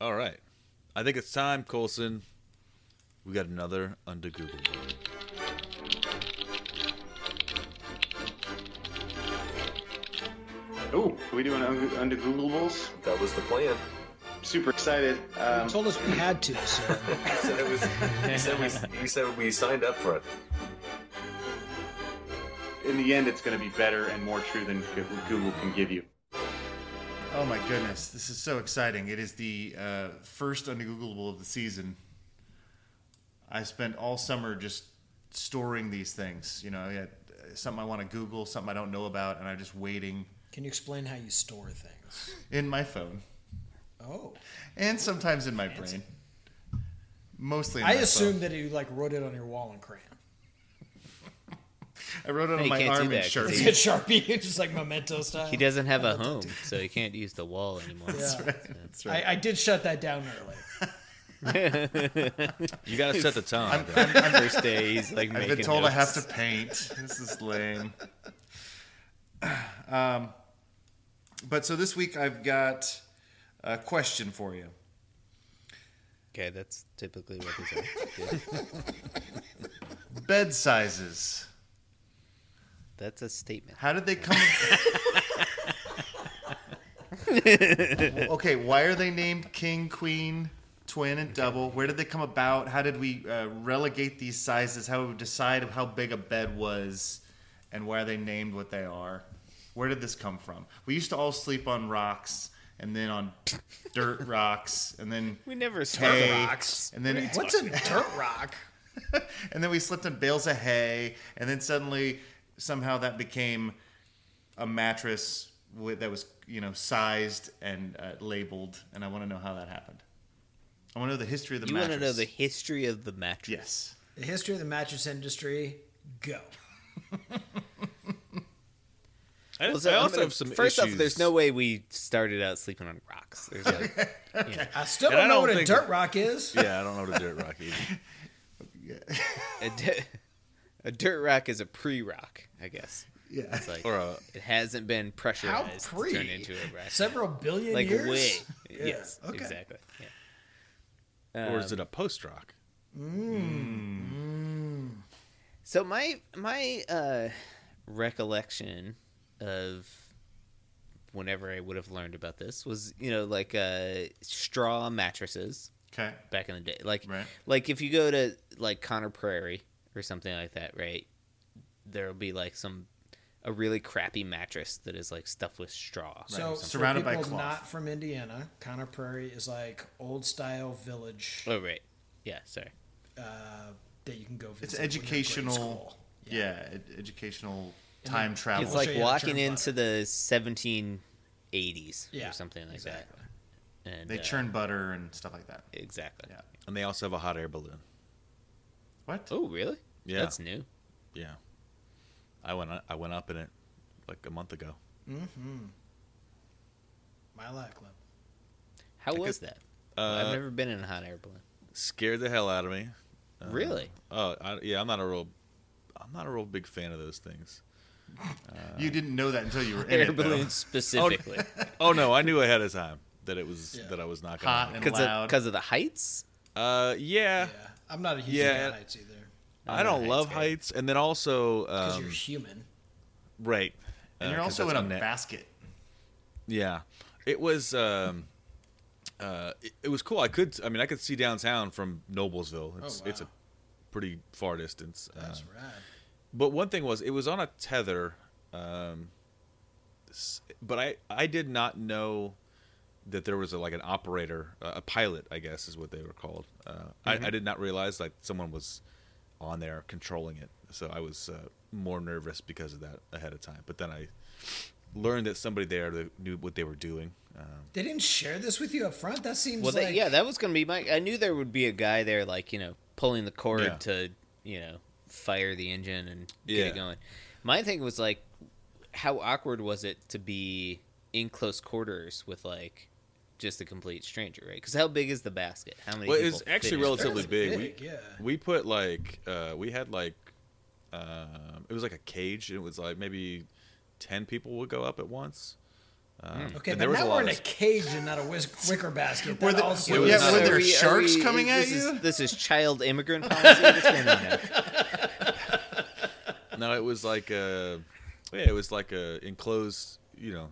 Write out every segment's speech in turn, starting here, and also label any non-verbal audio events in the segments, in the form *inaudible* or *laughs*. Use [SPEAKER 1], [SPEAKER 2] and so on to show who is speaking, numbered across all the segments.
[SPEAKER 1] All right. I think it's time, Colson. We got another under Google burn.
[SPEAKER 2] Oh, we doing un- under Googleables?
[SPEAKER 3] That was the plan.
[SPEAKER 2] Super excited.
[SPEAKER 4] You
[SPEAKER 2] Um,
[SPEAKER 4] told us we had to, so
[SPEAKER 3] He said it was. he said we. He said we signed up for it.
[SPEAKER 2] in the end, it's going to be better and more true than Go- Google can give you.
[SPEAKER 5] Oh my goodness, this is so exciting! It is the uh, first ungoogleable of the season. I spent all summer just storing these things. You know, I had uh, something I want to Google, something I don't know about, and I'm just waiting
[SPEAKER 4] can you explain how you store things?
[SPEAKER 5] in my phone
[SPEAKER 4] Oh,
[SPEAKER 5] and sometimes in my brain. Mostly, in
[SPEAKER 4] I
[SPEAKER 5] my
[SPEAKER 4] assume
[SPEAKER 5] phone.
[SPEAKER 4] that you like wrote it on your wall in *laughs* crayon.
[SPEAKER 5] I wrote it on
[SPEAKER 6] He
[SPEAKER 5] my
[SPEAKER 6] can't do
[SPEAKER 5] arm in
[SPEAKER 6] that 'cause
[SPEAKER 5] Sharpie.
[SPEAKER 6] he- *laughs*
[SPEAKER 4] It's Sharpie, *laughs* it's just like memento style.
[SPEAKER 6] He doesn't
[SPEAKER 1] *laughs*
[SPEAKER 6] have a home, so he can't use the wall anymore.
[SPEAKER 4] Yeah.
[SPEAKER 5] That's right.
[SPEAKER 4] I, I did shut that down early.
[SPEAKER 6] *laughs*
[SPEAKER 1] You got to set the time. though.
[SPEAKER 6] First day, he's like
[SPEAKER 5] I've
[SPEAKER 6] making.
[SPEAKER 5] been told I
[SPEAKER 6] notes.
[SPEAKER 5] have to paint. This is lame. *clears throat* um, but so this week I've got a question for you.
[SPEAKER 6] Okay, that's typically what he's
[SPEAKER 5] *laughs*
[SPEAKER 6] like.
[SPEAKER 5] Bed sizes.
[SPEAKER 6] That's a statement.
[SPEAKER 5] How did they come? *laughs* okay, why are they named king, queen, twin, and double? Where did they come about? How did we uh, relegate these sizes? How did we decide how big a bed was, and why are they named what they are? Where did this come from? We used to all sleep on rocks, and then on dirt rocks, and then
[SPEAKER 6] We never
[SPEAKER 5] hay,
[SPEAKER 6] started.
[SPEAKER 5] and then
[SPEAKER 4] What's a dirt rock?
[SPEAKER 5] and then we slept on bales of hay, and then suddenly somehow that became a mattress with, that was you know sized and uh, labeled. And I want to know how that happened. I want to know the history of the
[SPEAKER 6] You want
[SPEAKER 5] mattress.
[SPEAKER 6] to know the history of the mattress?
[SPEAKER 5] yes.
[SPEAKER 4] The history of the mattress industry. Go.
[SPEAKER 1] I,
[SPEAKER 6] Well, so,
[SPEAKER 1] I
[SPEAKER 6] I'm
[SPEAKER 1] also
[SPEAKER 6] gonna-
[SPEAKER 1] have some
[SPEAKER 6] first
[SPEAKER 1] issues.
[SPEAKER 6] off, there's no way we started out sleeping on rocks. There's like,
[SPEAKER 4] I still
[SPEAKER 1] And I
[SPEAKER 4] don't know
[SPEAKER 1] don't
[SPEAKER 4] what a
[SPEAKER 1] think-
[SPEAKER 4] dirt rock
[SPEAKER 5] *laughs*
[SPEAKER 4] is.
[SPEAKER 1] Yeah, I don't know what a dirt rock
[SPEAKER 6] *laughs*
[SPEAKER 1] is.
[SPEAKER 6] a, di- *laughs* a dirt rock is a pre-rock, I guess.
[SPEAKER 5] Yeah.
[SPEAKER 6] It's like
[SPEAKER 1] Or a,
[SPEAKER 6] it hasn't been
[SPEAKER 4] How
[SPEAKER 6] pressurized
[SPEAKER 4] pre?
[SPEAKER 6] to turn into a rock.
[SPEAKER 4] Several billion
[SPEAKER 6] like
[SPEAKER 4] years.
[SPEAKER 6] way.
[SPEAKER 4] Yeah,
[SPEAKER 6] Yes,
[SPEAKER 4] okay.
[SPEAKER 6] exactly. Yeah.
[SPEAKER 1] or is
[SPEAKER 6] Um,
[SPEAKER 1] it a post rock?
[SPEAKER 6] So my my uh, recollection of whenever I would have learned about this was you know like uh, straw mattresses
[SPEAKER 5] Okay.
[SPEAKER 6] back in the day, like
[SPEAKER 5] Right.
[SPEAKER 6] like if you go to like Connor Prairie or something like that, right? There'll be like some a really crappy mattress that is like stuffed with straw.
[SPEAKER 4] So
[SPEAKER 5] Surrounded
[SPEAKER 4] for
[SPEAKER 5] by
[SPEAKER 4] people
[SPEAKER 5] cloth.
[SPEAKER 4] not from Indiana, Connor Prairie is like old style village
[SPEAKER 6] Oh right, yeah. Sorry.
[SPEAKER 4] uh, that you can go visit.
[SPEAKER 5] It's
[SPEAKER 4] when you're in grade
[SPEAKER 5] educational.
[SPEAKER 4] school.
[SPEAKER 5] Yeah. ed- educational time travel.
[SPEAKER 6] It's
[SPEAKER 4] We'll show
[SPEAKER 6] like
[SPEAKER 4] you how to
[SPEAKER 6] walking
[SPEAKER 4] churn
[SPEAKER 6] into the 1780s
[SPEAKER 4] Yeah,
[SPEAKER 6] or something like that. And
[SPEAKER 5] they
[SPEAKER 6] uh,
[SPEAKER 5] churn butter and stuff like that.
[SPEAKER 6] exactly.
[SPEAKER 5] Yeah.
[SPEAKER 1] And they also have a hot air balloon.
[SPEAKER 5] What?
[SPEAKER 6] Oh really?
[SPEAKER 1] Yeah.
[SPEAKER 6] That's new.
[SPEAKER 1] Yeah. I went I went up in it like a month ago.
[SPEAKER 4] My life club.
[SPEAKER 6] How was that?
[SPEAKER 1] Uh,
[SPEAKER 6] I've never been in a hot air balloon.
[SPEAKER 1] Scared the hell out of me.
[SPEAKER 6] really?
[SPEAKER 1] Oh, I, yeah, I'm not a real I'm not a real big fan of those things.
[SPEAKER 5] you didn't know that until you were in
[SPEAKER 6] Air
[SPEAKER 5] it.
[SPEAKER 1] *laughs*
[SPEAKER 5] though.
[SPEAKER 6] balloons specifically
[SPEAKER 1] Oh no, I knew ahead of time that it was
[SPEAKER 4] Yeah.
[SPEAKER 1] that I was not gonna
[SPEAKER 5] Hot
[SPEAKER 1] like
[SPEAKER 5] and-
[SPEAKER 1] it.
[SPEAKER 6] because
[SPEAKER 5] Loud.
[SPEAKER 6] of, 'cause of the heights.
[SPEAKER 1] Uh yeah.
[SPEAKER 4] Yeah, I'm not a huge
[SPEAKER 1] Yeah,
[SPEAKER 4] fan of
[SPEAKER 1] uh,
[SPEAKER 4] heights either
[SPEAKER 1] I don't
[SPEAKER 6] Yeah,
[SPEAKER 1] love
[SPEAKER 6] it's good.
[SPEAKER 1] heights and then also
[SPEAKER 4] because
[SPEAKER 1] um,
[SPEAKER 4] you're human.
[SPEAKER 1] right.
[SPEAKER 5] And
[SPEAKER 1] Uh,
[SPEAKER 5] you're
[SPEAKER 1] 'cause
[SPEAKER 5] also in
[SPEAKER 1] that's
[SPEAKER 5] a
[SPEAKER 1] unna-
[SPEAKER 5] basket.
[SPEAKER 1] Yeah, it was. Um, uh, it, it was cool. I could. I mean, I could see downtown from Noblesville. It's,
[SPEAKER 5] Oh,
[SPEAKER 1] it's a
[SPEAKER 4] wow.
[SPEAKER 1] pretty far distance. Uh,
[SPEAKER 4] That's rad.
[SPEAKER 1] but one thing was, it was on a tether. Um, s- but I I did not know that there was a, like an operator, uh, a pilot, I guess is what they were called. Uh, I, I did not realize like someone was on there controlling it. So I was uh, more nervous because of that ahead of time. But then I learned that somebody there that knew what they were doing. Um,
[SPEAKER 4] They didn't share this with you up front. That seems
[SPEAKER 6] Well,
[SPEAKER 4] like
[SPEAKER 6] that, yeah, that was going to be my. I knew there would be a guy there, like you know, pulling the cord
[SPEAKER 1] Yeah.
[SPEAKER 6] to you know fire the engine and get
[SPEAKER 1] Yeah.
[SPEAKER 6] it going. My thing was like, how awkward was it to be in close quarters with like just a complete stranger, right? Because how big is the basket? How many?
[SPEAKER 1] well, it
[SPEAKER 6] people
[SPEAKER 1] was actually
[SPEAKER 6] fit
[SPEAKER 1] relatively
[SPEAKER 6] in?
[SPEAKER 1] big.
[SPEAKER 4] big,
[SPEAKER 1] we,
[SPEAKER 4] yeah.
[SPEAKER 1] we put like uh, we had like um, it was like a cage. It was like maybe ten people would go up at once. Um,
[SPEAKER 4] Okay,
[SPEAKER 1] and
[SPEAKER 4] but
[SPEAKER 1] there was a
[SPEAKER 4] now
[SPEAKER 1] lot
[SPEAKER 4] we're
[SPEAKER 1] of
[SPEAKER 4] in a
[SPEAKER 1] this-
[SPEAKER 4] cage and not a whiz- wicker basket. That
[SPEAKER 5] the-
[SPEAKER 4] also
[SPEAKER 5] were
[SPEAKER 4] is-
[SPEAKER 5] Yeah, were
[SPEAKER 6] Are
[SPEAKER 5] there
[SPEAKER 6] we- are
[SPEAKER 5] sharks
[SPEAKER 6] we-
[SPEAKER 5] coming at
[SPEAKER 6] this is-
[SPEAKER 5] you?
[SPEAKER 6] this is child immigrant policy. What's going on now?
[SPEAKER 1] No, it was like a, yeah, it was like a enclosed, you know,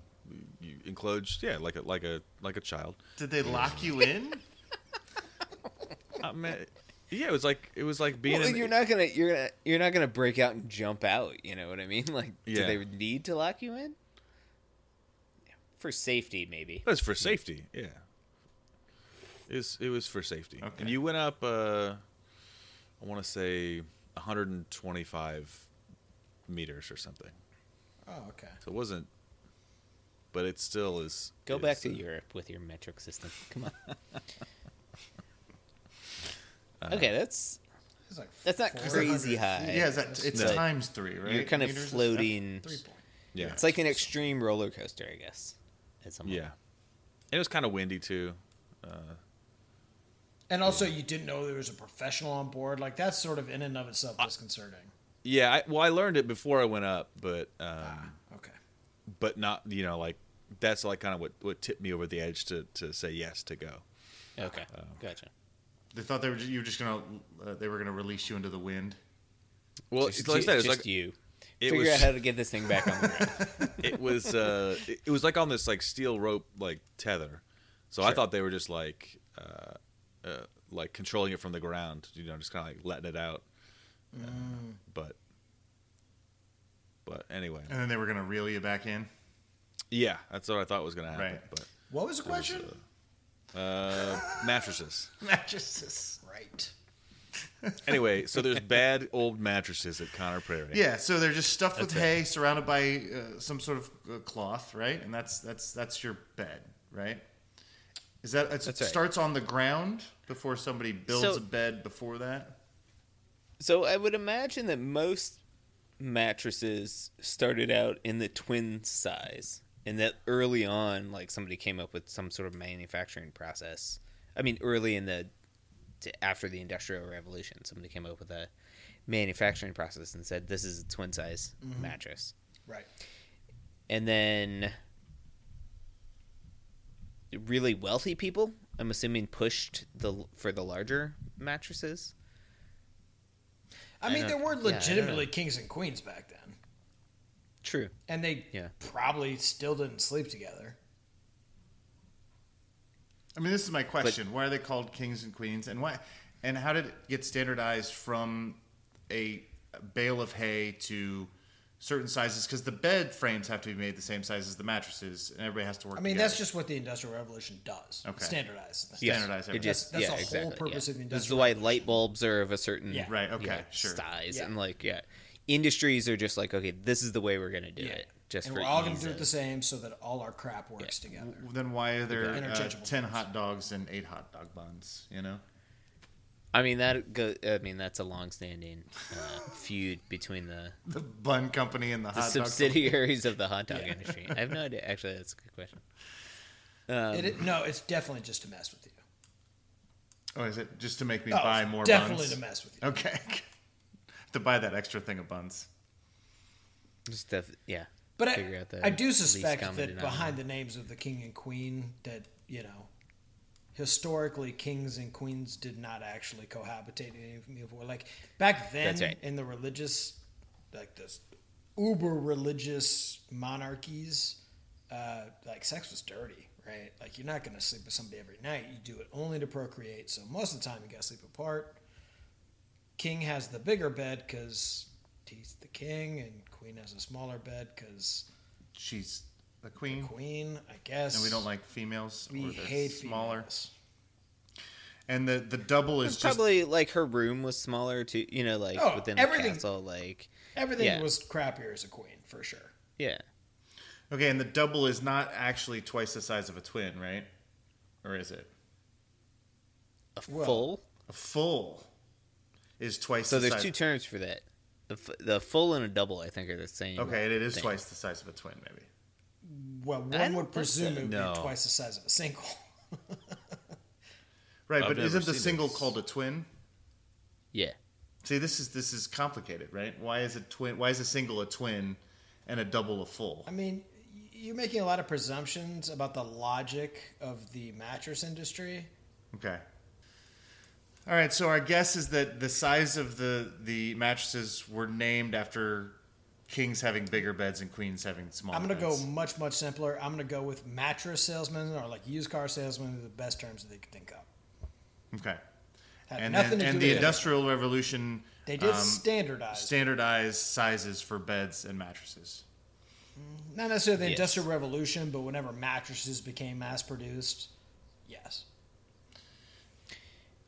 [SPEAKER 1] you enclosed, yeah, like a like a like a child.
[SPEAKER 5] Did they lock you in?
[SPEAKER 1] I mean, yeah, it was like it was like being.
[SPEAKER 6] *laughs* Well,
[SPEAKER 1] in,
[SPEAKER 6] you're not gonna you're gonna you're not gonna break out and jump out. You know what I mean? *laughs* Like,
[SPEAKER 1] Yeah.
[SPEAKER 6] do they need to lock you in? For safety, maybe.
[SPEAKER 1] That's for safety. Yeah. It was, it was for safety.
[SPEAKER 5] Okay.
[SPEAKER 1] And you went up, uh, I want to say 125 meters or something.
[SPEAKER 4] Oh, okay.
[SPEAKER 1] So it wasn't, but it still is.
[SPEAKER 6] Go
[SPEAKER 1] is,
[SPEAKER 6] back to
[SPEAKER 1] uh,
[SPEAKER 6] Europe with your metric system. Come *laughs* on. okay, that's
[SPEAKER 4] It's like
[SPEAKER 6] that's not
[SPEAKER 4] 400
[SPEAKER 6] crazy
[SPEAKER 4] feet.
[SPEAKER 6] high.
[SPEAKER 5] Yeah, is that, it's
[SPEAKER 1] No.
[SPEAKER 5] times three, right?
[SPEAKER 6] you're kind of
[SPEAKER 5] Meters and stuff?
[SPEAKER 6] floating.
[SPEAKER 4] Three point.
[SPEAKER 1] Yeah.
[SPEAKER 6] It's like an extreme roller coaster, I guess. At some
[SPEAKER 1] yeah.
[SPEAKER 6] level.
[SPEAKER 1] It was kind of windy too.
[SPEAKER 4] And also, you didn't know there was a professional on board. Like that's sort of in and of itself disconcerting.
[SPEAKER 1] Yeah. I, well, I learned it before I went up, but, um,
[SPEAKER 6] Ah.
[SPEAKER 4] Okay.
[SPEAKER 1] but not, you know, like that's like kind of what, what tipped me over the edge to, to say yes to go.
[SPEAKER 6] Okay. Gotcha.
[SPEAKER 5] They thought they were just, you were just gonna uh, they were gonna release you into the wind.
[SPEAKER 1] Well,
[SPEAKER 6] just
[SPEAKER 1] it's like I said, it's
[SPEAKER 6] just
[SPEAKER 1] like,
[SPEAKER 6] you.
[SPEAKER 1] it
[SPEAKER 6] Figure
[SPEAKER 1] was-
[SPEAKER 6] out how to get this thing
[SPEAKER 1] *laughs*
[SPEAKER 6] back on the ground.
[SPEAKER 1] it was uh it- it was like on this like steel rope like tether so i
[SPEAKER 6] Sure.
[SPEAKER 1] thought they were just like uh, uh like controlling it from the ground you know just kind of like letting it out Uh,
[SPEAKER 5] Mm.
[SPEAKER 1] but but anyway
[SPEAKER 5] And then they were gonna reel you back in.
[SPEAKER 1] yeah that's what i thought was gonna happen
[SPEAKER 5] Right.
[SPEAKER 1] but
[SPEAKER 4] What was the question?
[SPEAKER 1] uh mattresses
[SPEAKER 5] Mattresses.
[SPEAKER 4] Right.
[SPEAKER 1] anyway so there's bad old mattresses at connor prairie
[SPEAKER 5] Yeah, so they're just stuffed with
[SPEAKER 1] That's it.
[SPEAKER 5] hay, surrounded by uh, some sort of uh, cloth, right? And that's that's that's your bed, right? Is that it's, it
[SPEAKER 6] right.
[SPEAKER 5] starts on the ground before somebody builds
[SPEAKER 6] So-
[SPEAKER 5] a bed before that?
[SPEAKER 6] So I would imagine that most mattresses started out in the twin size, and that early on, like somebody came up with some sort of manufacturing process. I mean, early in the to, after the Industrial Revolution, somebody came up with a manufacturing process and said, "This is a twin size
[SPEAKER 1] Mm-hmm.
[SPEAKER 6] mattress."
[SPEAKER 4] Right.
[SPEAKER 6] and then really wealthy people i'm assuming pushed the for the larger mattresses
[SPEAKER 4] I mean,
[SPEAKER 6] don't-
[SPEAKER 4] there were
[SPEAKER 6] yeah, I don't
[SPEAKER 4] legitimately kings and queens back then,
[SPEAKER 6] true
[SPEAKER 4] and they
[SPEAKER 6] Yeah.
[SPEAKER 4] probably still didn't sleep together.
[SPEAKER 5] I mean, this is my question: Why are they called kings and queens, and why, and how did it get standardized from a bale of hay to certain sizes? Because the bed frames have to be made the same size as the mattresses, and everybody has to work.
[SPEAKER 4] I mean,
[SPEAKER 5] together.
[SPEAKER 4] that's just what the Industrial Revolution does.
[SPEAKER 5] Okay.
[SPEAKER 4] Standardize things.
[SPEAKER 5] Yeah. Standardize
[SPEAKER 6] It
[SPEAKER 5] everything.
[SPEAKER 4] That's-
[SPEAKER 6] just-
[SPEAKER 4] that's
[SPEAKER 6] yeah,
[SPEAKER 4] the whole
[SPEAKER 6] exactly,
[SPEAKER 4] purpose
[SPEAKER 6] yeah.
[SPEAKER 4] of the
[SPEAKER 6] this is
[SPEAKER 4] Industrial
[SPEAKER 6] why light bulbs are of a certain
[SPEAKER 4] Yeah.
[SPEAKER 5] right. Okay,
[SPEAKER 6] yeah,
[SPEAKER 5] sure.
[SPEAKER 6] size
[SPEAKER 4] Yeah.
[SPEAKER 6] and like yeah industries are just like okay this is the way we're gonna do
[SPEAKER 4] Yeah.
[SPEAKER 6] it just
[SPEAKER 4] and
[SPEAKER 6] for
[SPEAKER 4] we're all going
[SPEAKER 6] ease
[SPEAKER 4] to do it
[SPEAKER 6] of-
[SPEAKER 4] the same so that all our crap works together.
[SPEAKER 5] Then why are there uh,
[SPEAKER 4] Interchangeable
[SPEAKER 5] ten
[SPEAKER 4] buns.
[SPEAKER 5] hot dogs and eight hot dog buns? You know, *laughs*
[SPEAKER 6] i mean that go, i mean that's a long-standing
[SPEAKER 4] *laughs*
[SPEAKER 6] uh, feud between the
[SPEAKER 5] the bun company and the,
[SPEAKER 6] the
[SPEAKER 5] hot dog.
[SPEAKER 6] subsidiaries of the hot dog industry. I have no idea. Actually, that's a good question. Um,
[SPEAKER 4] It is- no, it's definitely just to mess with you.
[SPEAKER 5] Oh, is it just to make me
[SPEAKER 4] Oh,
[SPEAKER 5] buy
[SPEAKER 4] it's
[SPEAKER 5] more
[SPEAKER 4] definitely
[SPEAKER 5] buns?
[SPEAKER 4] to mess with you.
[SPEAKER 5] Okay, *laughs* to buy that extra thing of buns.
[SPEAKER 6] Just the yeah.
[SPEAKER 4] But
[SPEAKER 6] figure
[SPEAKER 4] I,
[SPEAKER 6] out the
[SPEAKER 4] I do
[SPEAKER 6] least
[SPEAKER 4] suspect
[SPEAKER 6] common
[SPEAKER 4] that
[SPEAKER 6] denominator.
[SPEAKER 4] behind the names of the king and queen, that you know, historically kings and queens did not actually cohabitate in any meaningful way. Like back then,
[SPEAKER 6] That's right.
[SPEAKER 4] in the religious, like this uber religious monarchies, uh, like sex was dirty, right? Like you're not going to sleep with somebody every night. You do it only to procreate. So most of the time, you got to sleep apart. King has the bigger bed because he's the king, and queen has a smaller bed because
[SPEAKER 5] She's the queen.
[SPEAKER 4] queen, I guess.
[SPEAKER 5] and we don't like females.
[SPEAKER 4] We
[SPEAKER 5] or they're
[SPEAKER 4] hate
[SPEAKER 5] smaller.
[SPEAKER 4] females.
[SPEAKER 5] And the the double is
[SPEAKER 6] It's
[SPEAKER 5] just
[SPEAKER 6] probably like her room was smaller too. You know, like
[SPEAKER 4] Oh,
[SPEAKER 6] within
[SPEAKER 4] everything-
[SPEAKER 6] the castle. Like
[SPEAKER 4] Everything
[SPEAKER 6] Yeah.
[SPEAKER 4] was crappier as a queen for sure.
[SPEAKER 6] yeah,
[SPEAKER 5] okay. And the double is not actually twice the size of a twin, right? Or is it?
[SPEAKER 6] a
[SPEAKER 4] Well,
[SPEAKER 6] full.
[SPEAKER 5] A full is twice.
[SPEAKER 6] So
[SPEAKER 5] the
[SPEAKER 6] there's
[SPEAKER 5] size.
[SPEAKER 6] two terms for that. The, f- the full and a double, I think, are the same.
[SPEAKER 5] Okay, and it is
[SPEAKER 6] thing.
[SPEAKER 5] twice the size of a twin, maybe.
[SPEAKER 4] Well,
[SPEAKER 6] don't
[SPEAKER 4] one would
[SPEAKER 6] think
[SPEAKER 4] presume it would
[SPEAKER 1] No.
[SPEAKER 4] be twice the size of a single. *laughs*
[SPEAKER 5] Right,
[SPEAKER 1] I've
[SPEAKER 5] but
[SPEAKER 1] never
[SPEAKER 5] isn't the
[SPEAKER 1] seen
[SPEAKER 5] single
[SPEAKER 1] this.
[SPEAKER 5] called a twin?
[SPEAKER 6] Yeah,
[SPEAKER 5] See, this is this is complicated, right? Why is a twin? Why is a single a twin, and a double a full?
[SPEAKER 4] I mean, y- you're making a lot of presumptions about the logic of the mattress industry.
[SPEAKER 5] Okay. All right. So our guess is that the size of the the mattresses were named after kings having bigger beds and queens having smaller.
[SPEAKER 4] I'm gonna go
[SPEAKER 5] beds.
[SPEAKER 4] much much simpler. I'm gonna go with mattress salesmen or like used car salesmen are the best terms that they could think of.
[SPEAKER 5] Okay.
[SPEAKER 4] Had
[SPEAKER 5] And
[SPEAKER 4] nothing
[SPEAKER 5] then,
[SPEAKER 4] to
[SPEAKER 5] and
[SPEAKER 4] do
[SPEAKER 5] the
[SPEAKER 4] with it.
[SPEAKER 5] Industrial Revolution.
[SPEAKER 4] They did
[SPEAKER 5] um,
[SPEAKER 4] standardize,
[SPEAKER 5] standardized sizes for beds and mattresses.
[SPEAKER 4] not necessarily the
[SPEAKER 6] Yes.
[SPEAKER 4] Industrial Revolution, but whenever mattresses became mass produced, yes,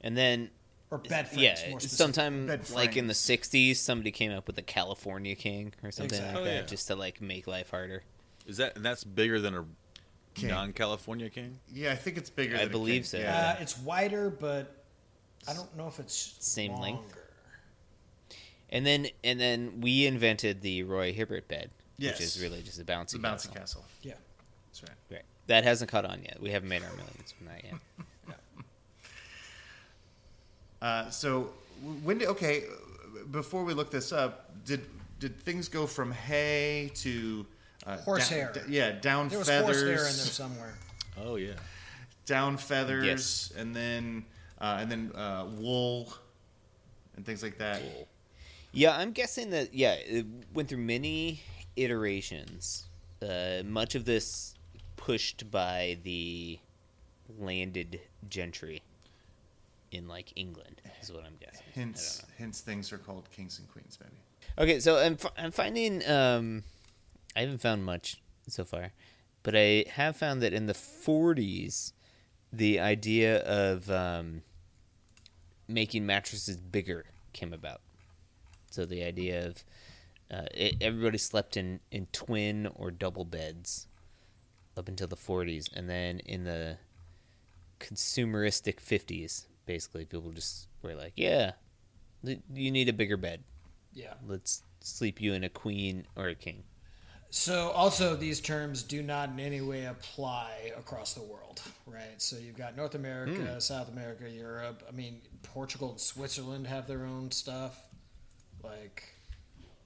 [SPEAKER 6] And then
[SPEAKER 4] or bed frames.
[SPEAKER 6] yeah,
[SPEAKER 4] more specific.
[SPEAKER 6] sometime
[SPEAKER 5] Bed
[SPEAKER 6] like in the
[SPEAKER 5] frames.
[SPEAKER 6] '60s, somebody came up with the California King or something
[SPEAKER 4] Exactly.
[SPEAKER 1] Oh,
[SPEAKER 6] like that,
[SPEAKER 1] yeah.
[SPEAKER 6] just to like make life harder.
[SPEAKER 1] Is that and that's bigger than a
[SPEAKER 5] King.
[SPEAKER 1] non-California king?
[SPEAKER 5] Yeah, I think it's bigger.
[SPEAKER 6] I
[SPEAKER 5] than a
[SPEAKER 6] believe
[SPEAKER 5] king.
[SPEAKER 6] so.
[SPEAKER 5] Yeah.
[SPEAKER 4] Uh, it's wider, but I don't know if it's
[SPEAKER 6] Same
[SPEAKER 4] longer.
[SPEAKER 6] length? And then and then we invented the Roy Hibbert bed,
[SPEAKER 5] Yes.
[SPEAKER 6] which is really just a
[SPEAKER 5] it's a
[SPEAKER 6] bouncy
[SPEAKER 5] bouncy castle.
[SPEAKER 4] Yeah.
[SPEAKER 5] That's right.
[SPEAKER 6] Right. That hasn't caught on yet. We haven't made our millions from that yet.
[SPEAKER 5] Uh, so w- when did, okay, uh, before we look this up, did did things go from hay to uh,
[SPEAKER 4] Horsehair.
[SPEAKER 5] down- d- yeah, down
[SPEAKER 4] There was horse
[SPEAKER 5] feathers,
[SPEAKER 4] hair in there somewhere.
[SPEAKER 1] Oh yeah.
[SPEAKER 5] down feathers,
[SPEAKER 6] Yes.
[SPEAKER 5] and then uh, and then uh, wool and things like that.
[SPEAKER 6] Yeah, I'm guessing that yeah, it went through many iterations. Uh, much of this pushed by the landed gentry in like England is what I'm guessing.
[SPEAKER 5] Hmm.
[SPEAKER 6] I don't
[SPEAKER 5] Hence, hence things are called kings and queens, maybe.
[SPEAKER 6] know. Okay, so I'm fi- I'm finding um, I haven't found much so far, but I have found that in the 40s, the idea of um, making mattresses bigger came about. So the idea of uh, it, everybody slept in, in twin or double beds up until the 40s. And then in the consumeristic 50s, basically, people just were like, yeah, th- you need a bigger bed.
[SPEAKER 4] Yeah.
[SPEAKER 6] Let's sleep you in a queen or a king.
[SPEAKER 4] So also these terms do not in any way apply across the world, right? So you've got North America, South America, Europe. I mean, Portugal and Switzerland have their own stuff. Like,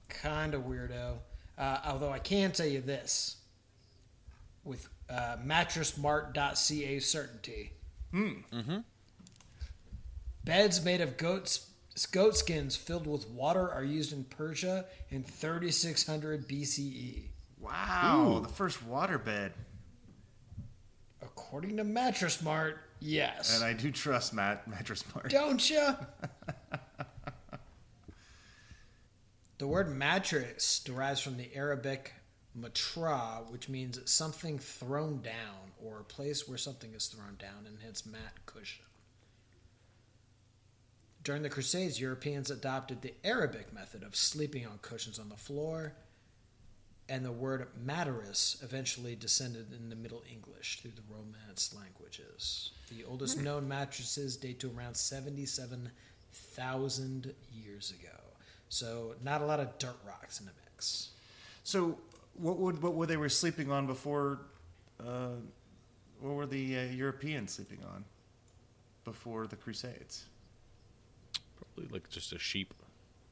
[SPEAKER 4] kind of weirdo. Uh, although I can tell you this, with uh, mattressmart.ca certainty. Beds made of goats goat skins filled with water are used in Persia in 3600 BCE.
[SPEAKER 5] Wow, the first waterbed,
[SPEAKER 4] According to Mattress Mart, yes.
[SPEAKER 5] and I do trust Matt *laughs* Mattress Mart.
[SPEAKER 4] Don't
[SPEAKER 5] *laughs*
[SPEAKER 4] you? the word mattress derives from the Arabic matra, which means something thrown down or a place where something is thrown down, and hence mat cushion. During the Crusades, Europeans adopted the Arabic method of sleeping on cushions on the floor, and the word mattress eventually descended into Middle English through the Romance languages. The oldest known mattresses date to around 77,000 years ago. So, not a lot of dirt rocks in the mix.
[SPEAKER 5] So, what would what were they were sleeping on before? Uh, what were the uh, Europeans sleeping on before the Crusades?
[SPEAKER 1] Probably like just a sheep.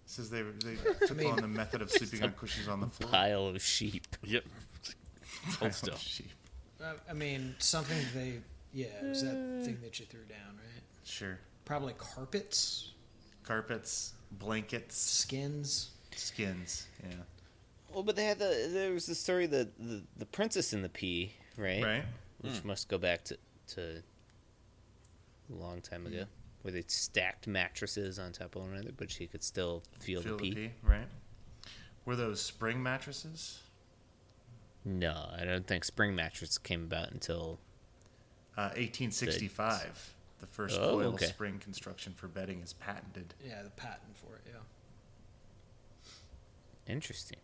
[SPEAKER 5] Says they they took
[SPEAKER 4] mean-
[SPEAKER 5] on the method of sleeping on cushions
[SPEAKER 1] *laughs*
[SPEAKER 5] on the floor.
[SPEAKER 6] Pile of sheep.
[SPEAKER 1] Yep.
[SPEAKER 5] *laughs*
[SPEAKER 1] Old
[SPEAKER 5] Oh,
[SPEAKER 1] stuff.
[SPEAKER 5] sheep.
[SPEAKER 4] Uh, I mean, something they, yeah, it was that thing that you threw down, right?
[SPEAKER 5] Sure.
[SPEAKER 4] Probably carpets,
[SPEAKER 5] Carpets, blankets,
[SPEAKER 4] skins.
[SPEAKER 5] skins. Yeah.
[SPEAKER 6] Well, but they had the there was the story the the, the princess in the pea,
[SPEAKER 1] Eh,
[SPEAKER 6] right? Hmm.
[SPEAKER 5] Right.
[SPEAKER 6] Which must go back to to a long time ago, where they stacked mattresses on top of one another, but she could still feel,
[SPEAKER 5] Feel
[SPEAKER 6] the pea.
[SPEAKER 5] the pee. Right. Were those spring mattresses?
[SPEAKER 6] No, I don't think spring mattress came about until
[SPEAKER 5] Uh, 1865. The first
[SPEAKER 6] Oh,
[SPEAKER 5] oil
[SPEAKER 6] okay.
[SPEAKER 5] spring construction for bedding is patented.
[SPEAKER 4] Yeah, the patent for it, yeah.
[SPEAKER 6] interesting.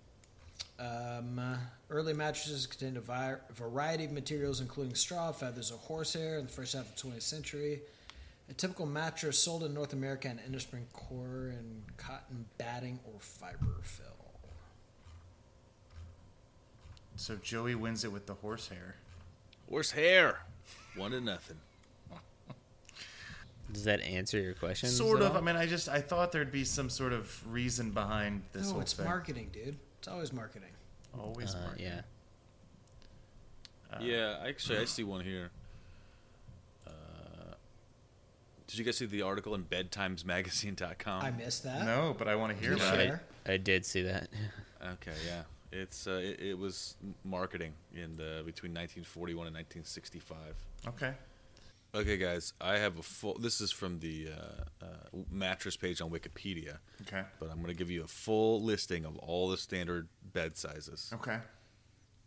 [SPEAKER 4] Um, uh, early mattresses contained a vi- variety of materials, including straw, feathers, or horsehair in the first half of the 20th century. A typical mattress sold in North America had an innerspring core and cotton batting or fiber fill.
[SPEAKER 5] So Joey wins it with the horsehair.
[SPEAKER 1] Horse hair. One to nothing.
[SPEAKER 6] Does that answer your question?
[SPEAKER 5] Sort of. I mean, I just I thought there'd be some sort of reason behind this
[SPEAKER 4] No,
[SPEAKER 5] whole
[SPEAKER 4] Oh, it's
[SPEAKER 5] thing.
[SPEAKER 4] marketing, dude. It's always marketing.
[SPEAKER 5] Always
[SPEAKER 6] Uh,
[SPEAKER 5] marketing.
[SPEAKER 6] yeah.
[SPEAKER 1] yeah, actually, I see one here. Uh, did you guys see the article in bedtimesmagazine.com?
[SPEAKER 4] I missed that.
[SPEAKER 5] No, but I want to hear
[SPEAKER 4] Can you
[SPEAKER 5] about it.
[SPEAKER 4] share?
[SPEAKER 6] I did see that. *laughs*
[SPEAKER 1] Okay, yeah. It's uh, it, it was m- marketing in the, between 1941 and 1965.
[SPEAKER 5] Okay.
[SPEAKER 1] Okay, guys, I have a full. This is from the uh, uh, mattress page on Wikipedia,
[SPEAKER 5] Okay.
[SPEAKER 1] but I'm going to give you a full listing of all the standard bed sizes.
[SPEAKER 5] Okay.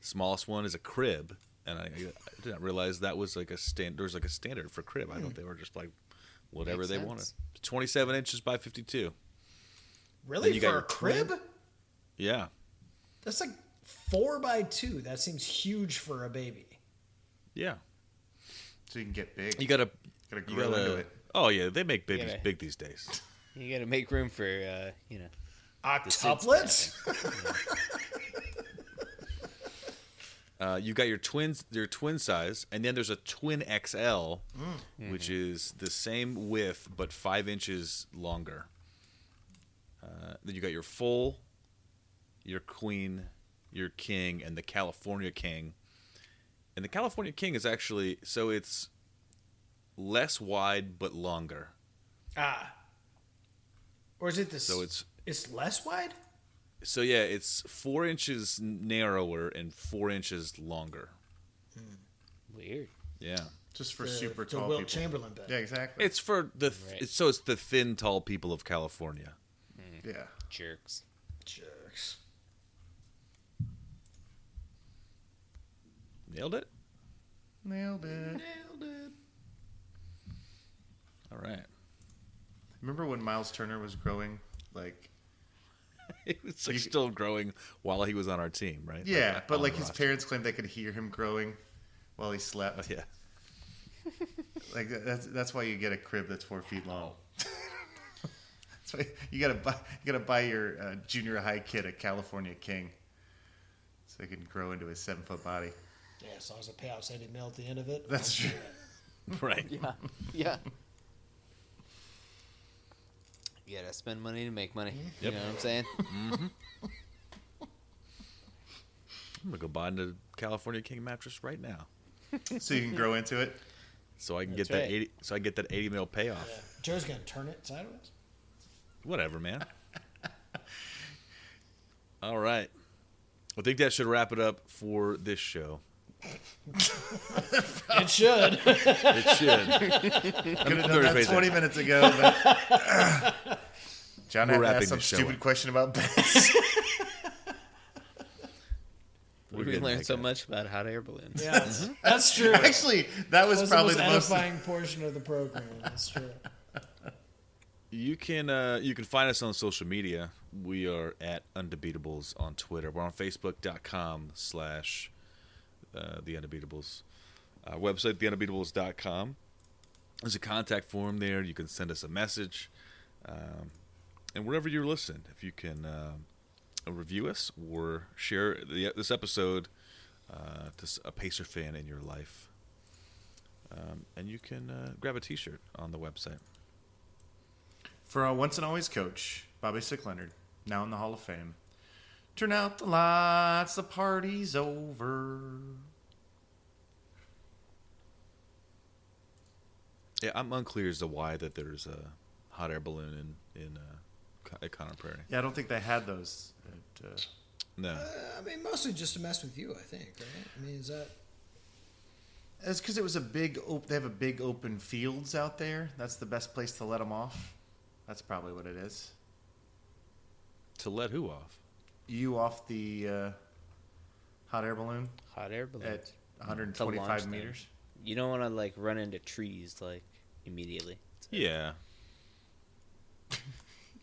[SPEAKER 1] Smallest one is a crib, and I, I didn't realize that was like a stand. There was like a standard for crib. I thought they were just like whatever
[SPEAKER 6] Hmm. Makes
[SPEAKER 1] they
[SPEAKER 6] sense.
[SPEAKER 1] wanted. 27 inches by 52.
[SPEAKER 4] Really
[SPEAKER 1] Then you got
[SPEAKER 4] for
[SPEAKER 1] your
[SPEAKER 4] a crib?
[SPEAKER 1] Yeah,
[SPEAKER 4] That's like four by two. That seems huge for a baby.
[SPEAKER 1] yeah.
[SPEAKER 5] So you can get big.
[SPEAKER 1] You got to
[SPEAKER 5] Gotta
[SPEAKER 1] you
[SPEAKER 5] grow
[SPEAKER 1] gotta-
[SPEAKER 5] into it.
[SPEAKER 1] Oh yeah, they make babies
[SPEAKER 6] Yeah.
[SPEAKER 1] big these days.
[SPEAKER 6] You got to make room for, uh, you know.
[SPEAKER 4] Octuplets?
[SPEAKER 1] Uh, you got your twins, your twin size, and then there's a twin XL, which is the same width but five inches longer. Uh, then you got your full, your queen, your king, and the California king. And the California king is actually so it's less wide but longer.
[SPEAKER 4] ah. Or is it this?
[SPEAKER 1] So it's
[SPEAKER 4] it's less wide?
[SPEAKER 1] so yeah, it's four inches narrower and four inches longer.
[SPEAKER 6] Weird.
[SPEAKER 1] Yeah.
[SPEAKER 5] Just for
[SPEAKER 4] The-
[SPEAKER 5] super
[SPEAKER 4] the
[SPEAKER 5] tall
[SPEAKER 4] Wilt
[SPEAKER 5] people.
[SPEAKER 4] Chamberlain bed.
[SPEAKER 5] Yeah, exactly.
[SPEAKER 1] It's for the
[SPEAKER 6] Right.
[SPEAKER 1] so it's the thin, tall people of California.
[SPEAKER 5] yeah.
[SPEAKER 6] Jerks.
[SPEAKER 4] Jerks.
[SPEAKER 1] Nailed it.
[SPEAKER 5] Nailed it.
[SPEAKER 1] All *laughs* right.
[SPEAKER 5] Remember when Miles Turner was growing? Like,
[SPEAKER 1] It was like still growing while he was on our team, right?
[SPEAKER 5] yeah,
[SPEAKER 1] Like,
[SPEAKER 5] but
[SPEAKER 1] on
[SPEAKER 5] like
[SPEAKER 1] the
[SPEAKER 5] his *laughs*
[SPEAKER 1] roster.
[SPEAKER 5] parents claimed they could hear him growing while he slept.
[SPEAKER 1] Yeah.
[SPEAKER 5] Like that- that's that's why you get a crib that's four feet long. *laughs* that's why you gotta buy you gotta buy your uh, junior high kid a California King, so he can grow into his seven foot body.
[SPEAKER 4] Yeah, as long as I pay out 70 mil at the end of it.
[SPEAKER 5] That's true.
[SPEAKER 1] *laughs*
[SPEAKER 5] *laughs*
[SPEAKER 1] Right.
[SPEAKER 6] Yeah. Yeah. *laughs* You got to spend money to make money. You
[SPEAKER 1] Yep.
[SPEAKER 6] know what I'm saying?
[SPEAKER 1] I'm gonna go buy a California King mattress right now,
[SPEAKER 5] So you can grow into it.
[SPEAKER 1] so I can
[SPEAKER 6] That's
[SPEAKER 1] get that
[SPEAKER 6] right.
[SPEAKER 1] eighty. So I can get that eighty mil payoff.
[SPEAKER 4] Yeah. Joe's going to turn it sideways.
[SPEAKER 1] Whatever,
[SPEAKER 6] *laughs*
[SPEAKER 1] man. All right. I think that should wrap it up for this show.
[SPEAKER 4] It should.
[SPEAKER 1] It
[SPEAKER 5] *laughs*
[SPEAKER 1] should.
[SPEAKER 5] Could have done
[SPEAKER 1] gonna
[SPEAKER 5] that
[SPEAKER 1] rephrase
[SPEAKER 5] twenty minutes ago.
[SPEAKER 1] *laughs*
[SPEAKER 5] But, uh, John
[SPEAKER 1] We're
[SPEAKER 5] had to
[SPEAKER 1] wrapping
[SPEAKER 5] ask some
[SPEAKER 1] this show
[SPEAKER 5] stupid
[SPEAKER 1] up.
[SPEAKER 5] question about *laughs*
[SPEAKER 1] We're
[SPEAKER 6] we
[SPEAKER 1] gonna
[SPEAKER 6] learned
[SPEAKER 1] make
[SPEAKER 6] so
[SPEAKER 1] it.
[SPEAKER 6] much about hot air balloons.
[SPEAKER 4] *laughs* yeah. *laughs* That's true.
[SPEAKER 5] Actually, that was
[SPEAKER 4] That's
[SPEAKER 5] probably
[SPEAKER 4] the
[SPEAKER 5] the
[SPEAKER 4] most
[SPEAKER 5] most.
[SPEAKER 4] edifying portion of the program. That's true.
[SPEAKER 1] You can uh, you can find us on social media. We are at Undebeatables on Twitter. We're on Facebook.com slash uh, The Undebeatables. Our website, TheUndebeatables.com. There's a contact form there. You can send us a message. Um, and wherever you're listening, if you can um review us or share the, this episode uh, to s- a Pacer fan in your life. Um, and you can uh, grab a t shirt on the website.
[SPEAKER 5] For our once and always coach, Bobby Sick Leonard, now in the Hall of Fame. Turn out the lights, the party's over.
[SPEAKER 1] Yeah, I'm unclear as to why that there's a hot air balloon in in uh, Co- at Connor Prairie.
[SPEAKER 5] Yeah, I don't think they had those. At, uh,
[SPEAKER 1] No,
[SPEAKER 4] Uh, I mean, mostly just to mess with you, I think, right? I mean, is that.
[SPEAKER 5] it's because it was a big. Op- they have a big open fields out there. That's the best place to let them off. That's probably what it is.
[SPEAKER 1] to let who off?
[SPEAKER 5] You off the uh, hot air balloon
[SPEAKER 6] Hot air
[SPEAKER 5] at
[SPEAKER 6] balloons. To launch
[SPEAKER 5] 125
[SPEAKER 6] them.
[SPEAKER 5] meters.
[SPEAKER 6] You don't want to like run into trees like immediately.
[SPEAKER 1] *laughs* Yeah,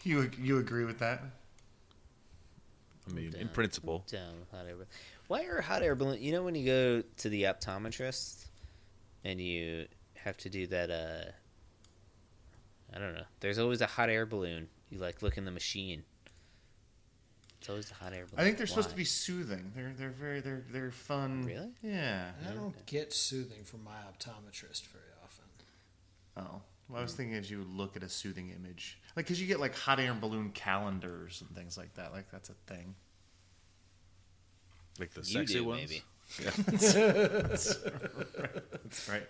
[SPEAKER 5] You ag- you agree with that?
[SPEAKER 1] I mean, in
[SPEAKER 6] Down.
[SPEAKER 1] principle,
[SPEAKER 6] Down with hot air. bal- Why are hot air balloons? You know when you go to the optometrist and you have to do that. uh I don't know. There's always a hot air balloon. You like look in the machine. It's always the hot air balloon.
[SPEAKER 5] I think they're supposed to
[SPEAKER 6] Why?
[SPEAKER 5] be soothing. They're they're very they're they're fun.
[SPEAKER 6] Really?
[SPEAKER 5] Yeah.
[SPEAKER 4] I don't get soothing from my optometrist very often.
[SPEAKER 5] Oh, well, I was thinking as you would look at a soothing image, like because you get like hot air balloon calendars and things like that. Like that's a thing.
[SPEAKER 1] like the
[SPEAKER 6] You
[SPEAKER 1] sexy
[SPEAKER 6] do,
[SPEAKER 1] ones.
[SPEAKER 6] maybe.
[SPEAKER 5] That's right.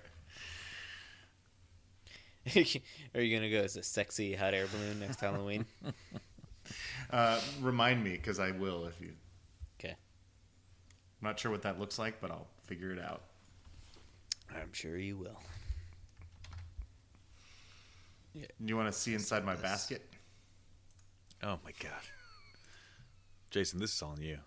[SPEAKER 6] *laughs* Are you gonna go as a sexy hot air balloon next *laughs* Halloween?
[SPEAKER 5] Uh, remind me, because I will if you.
[SPEAKER 6] Okay,
[SPEAKER 5] I'm not sure what that looks like, but I'll figure it out.
[SPEAKER 6] I'm sure you will.
[SPEAKER 5] You want to see inside my basket?
[SPEAKER 1] Oh my god, *laughs* Jason, this is on you.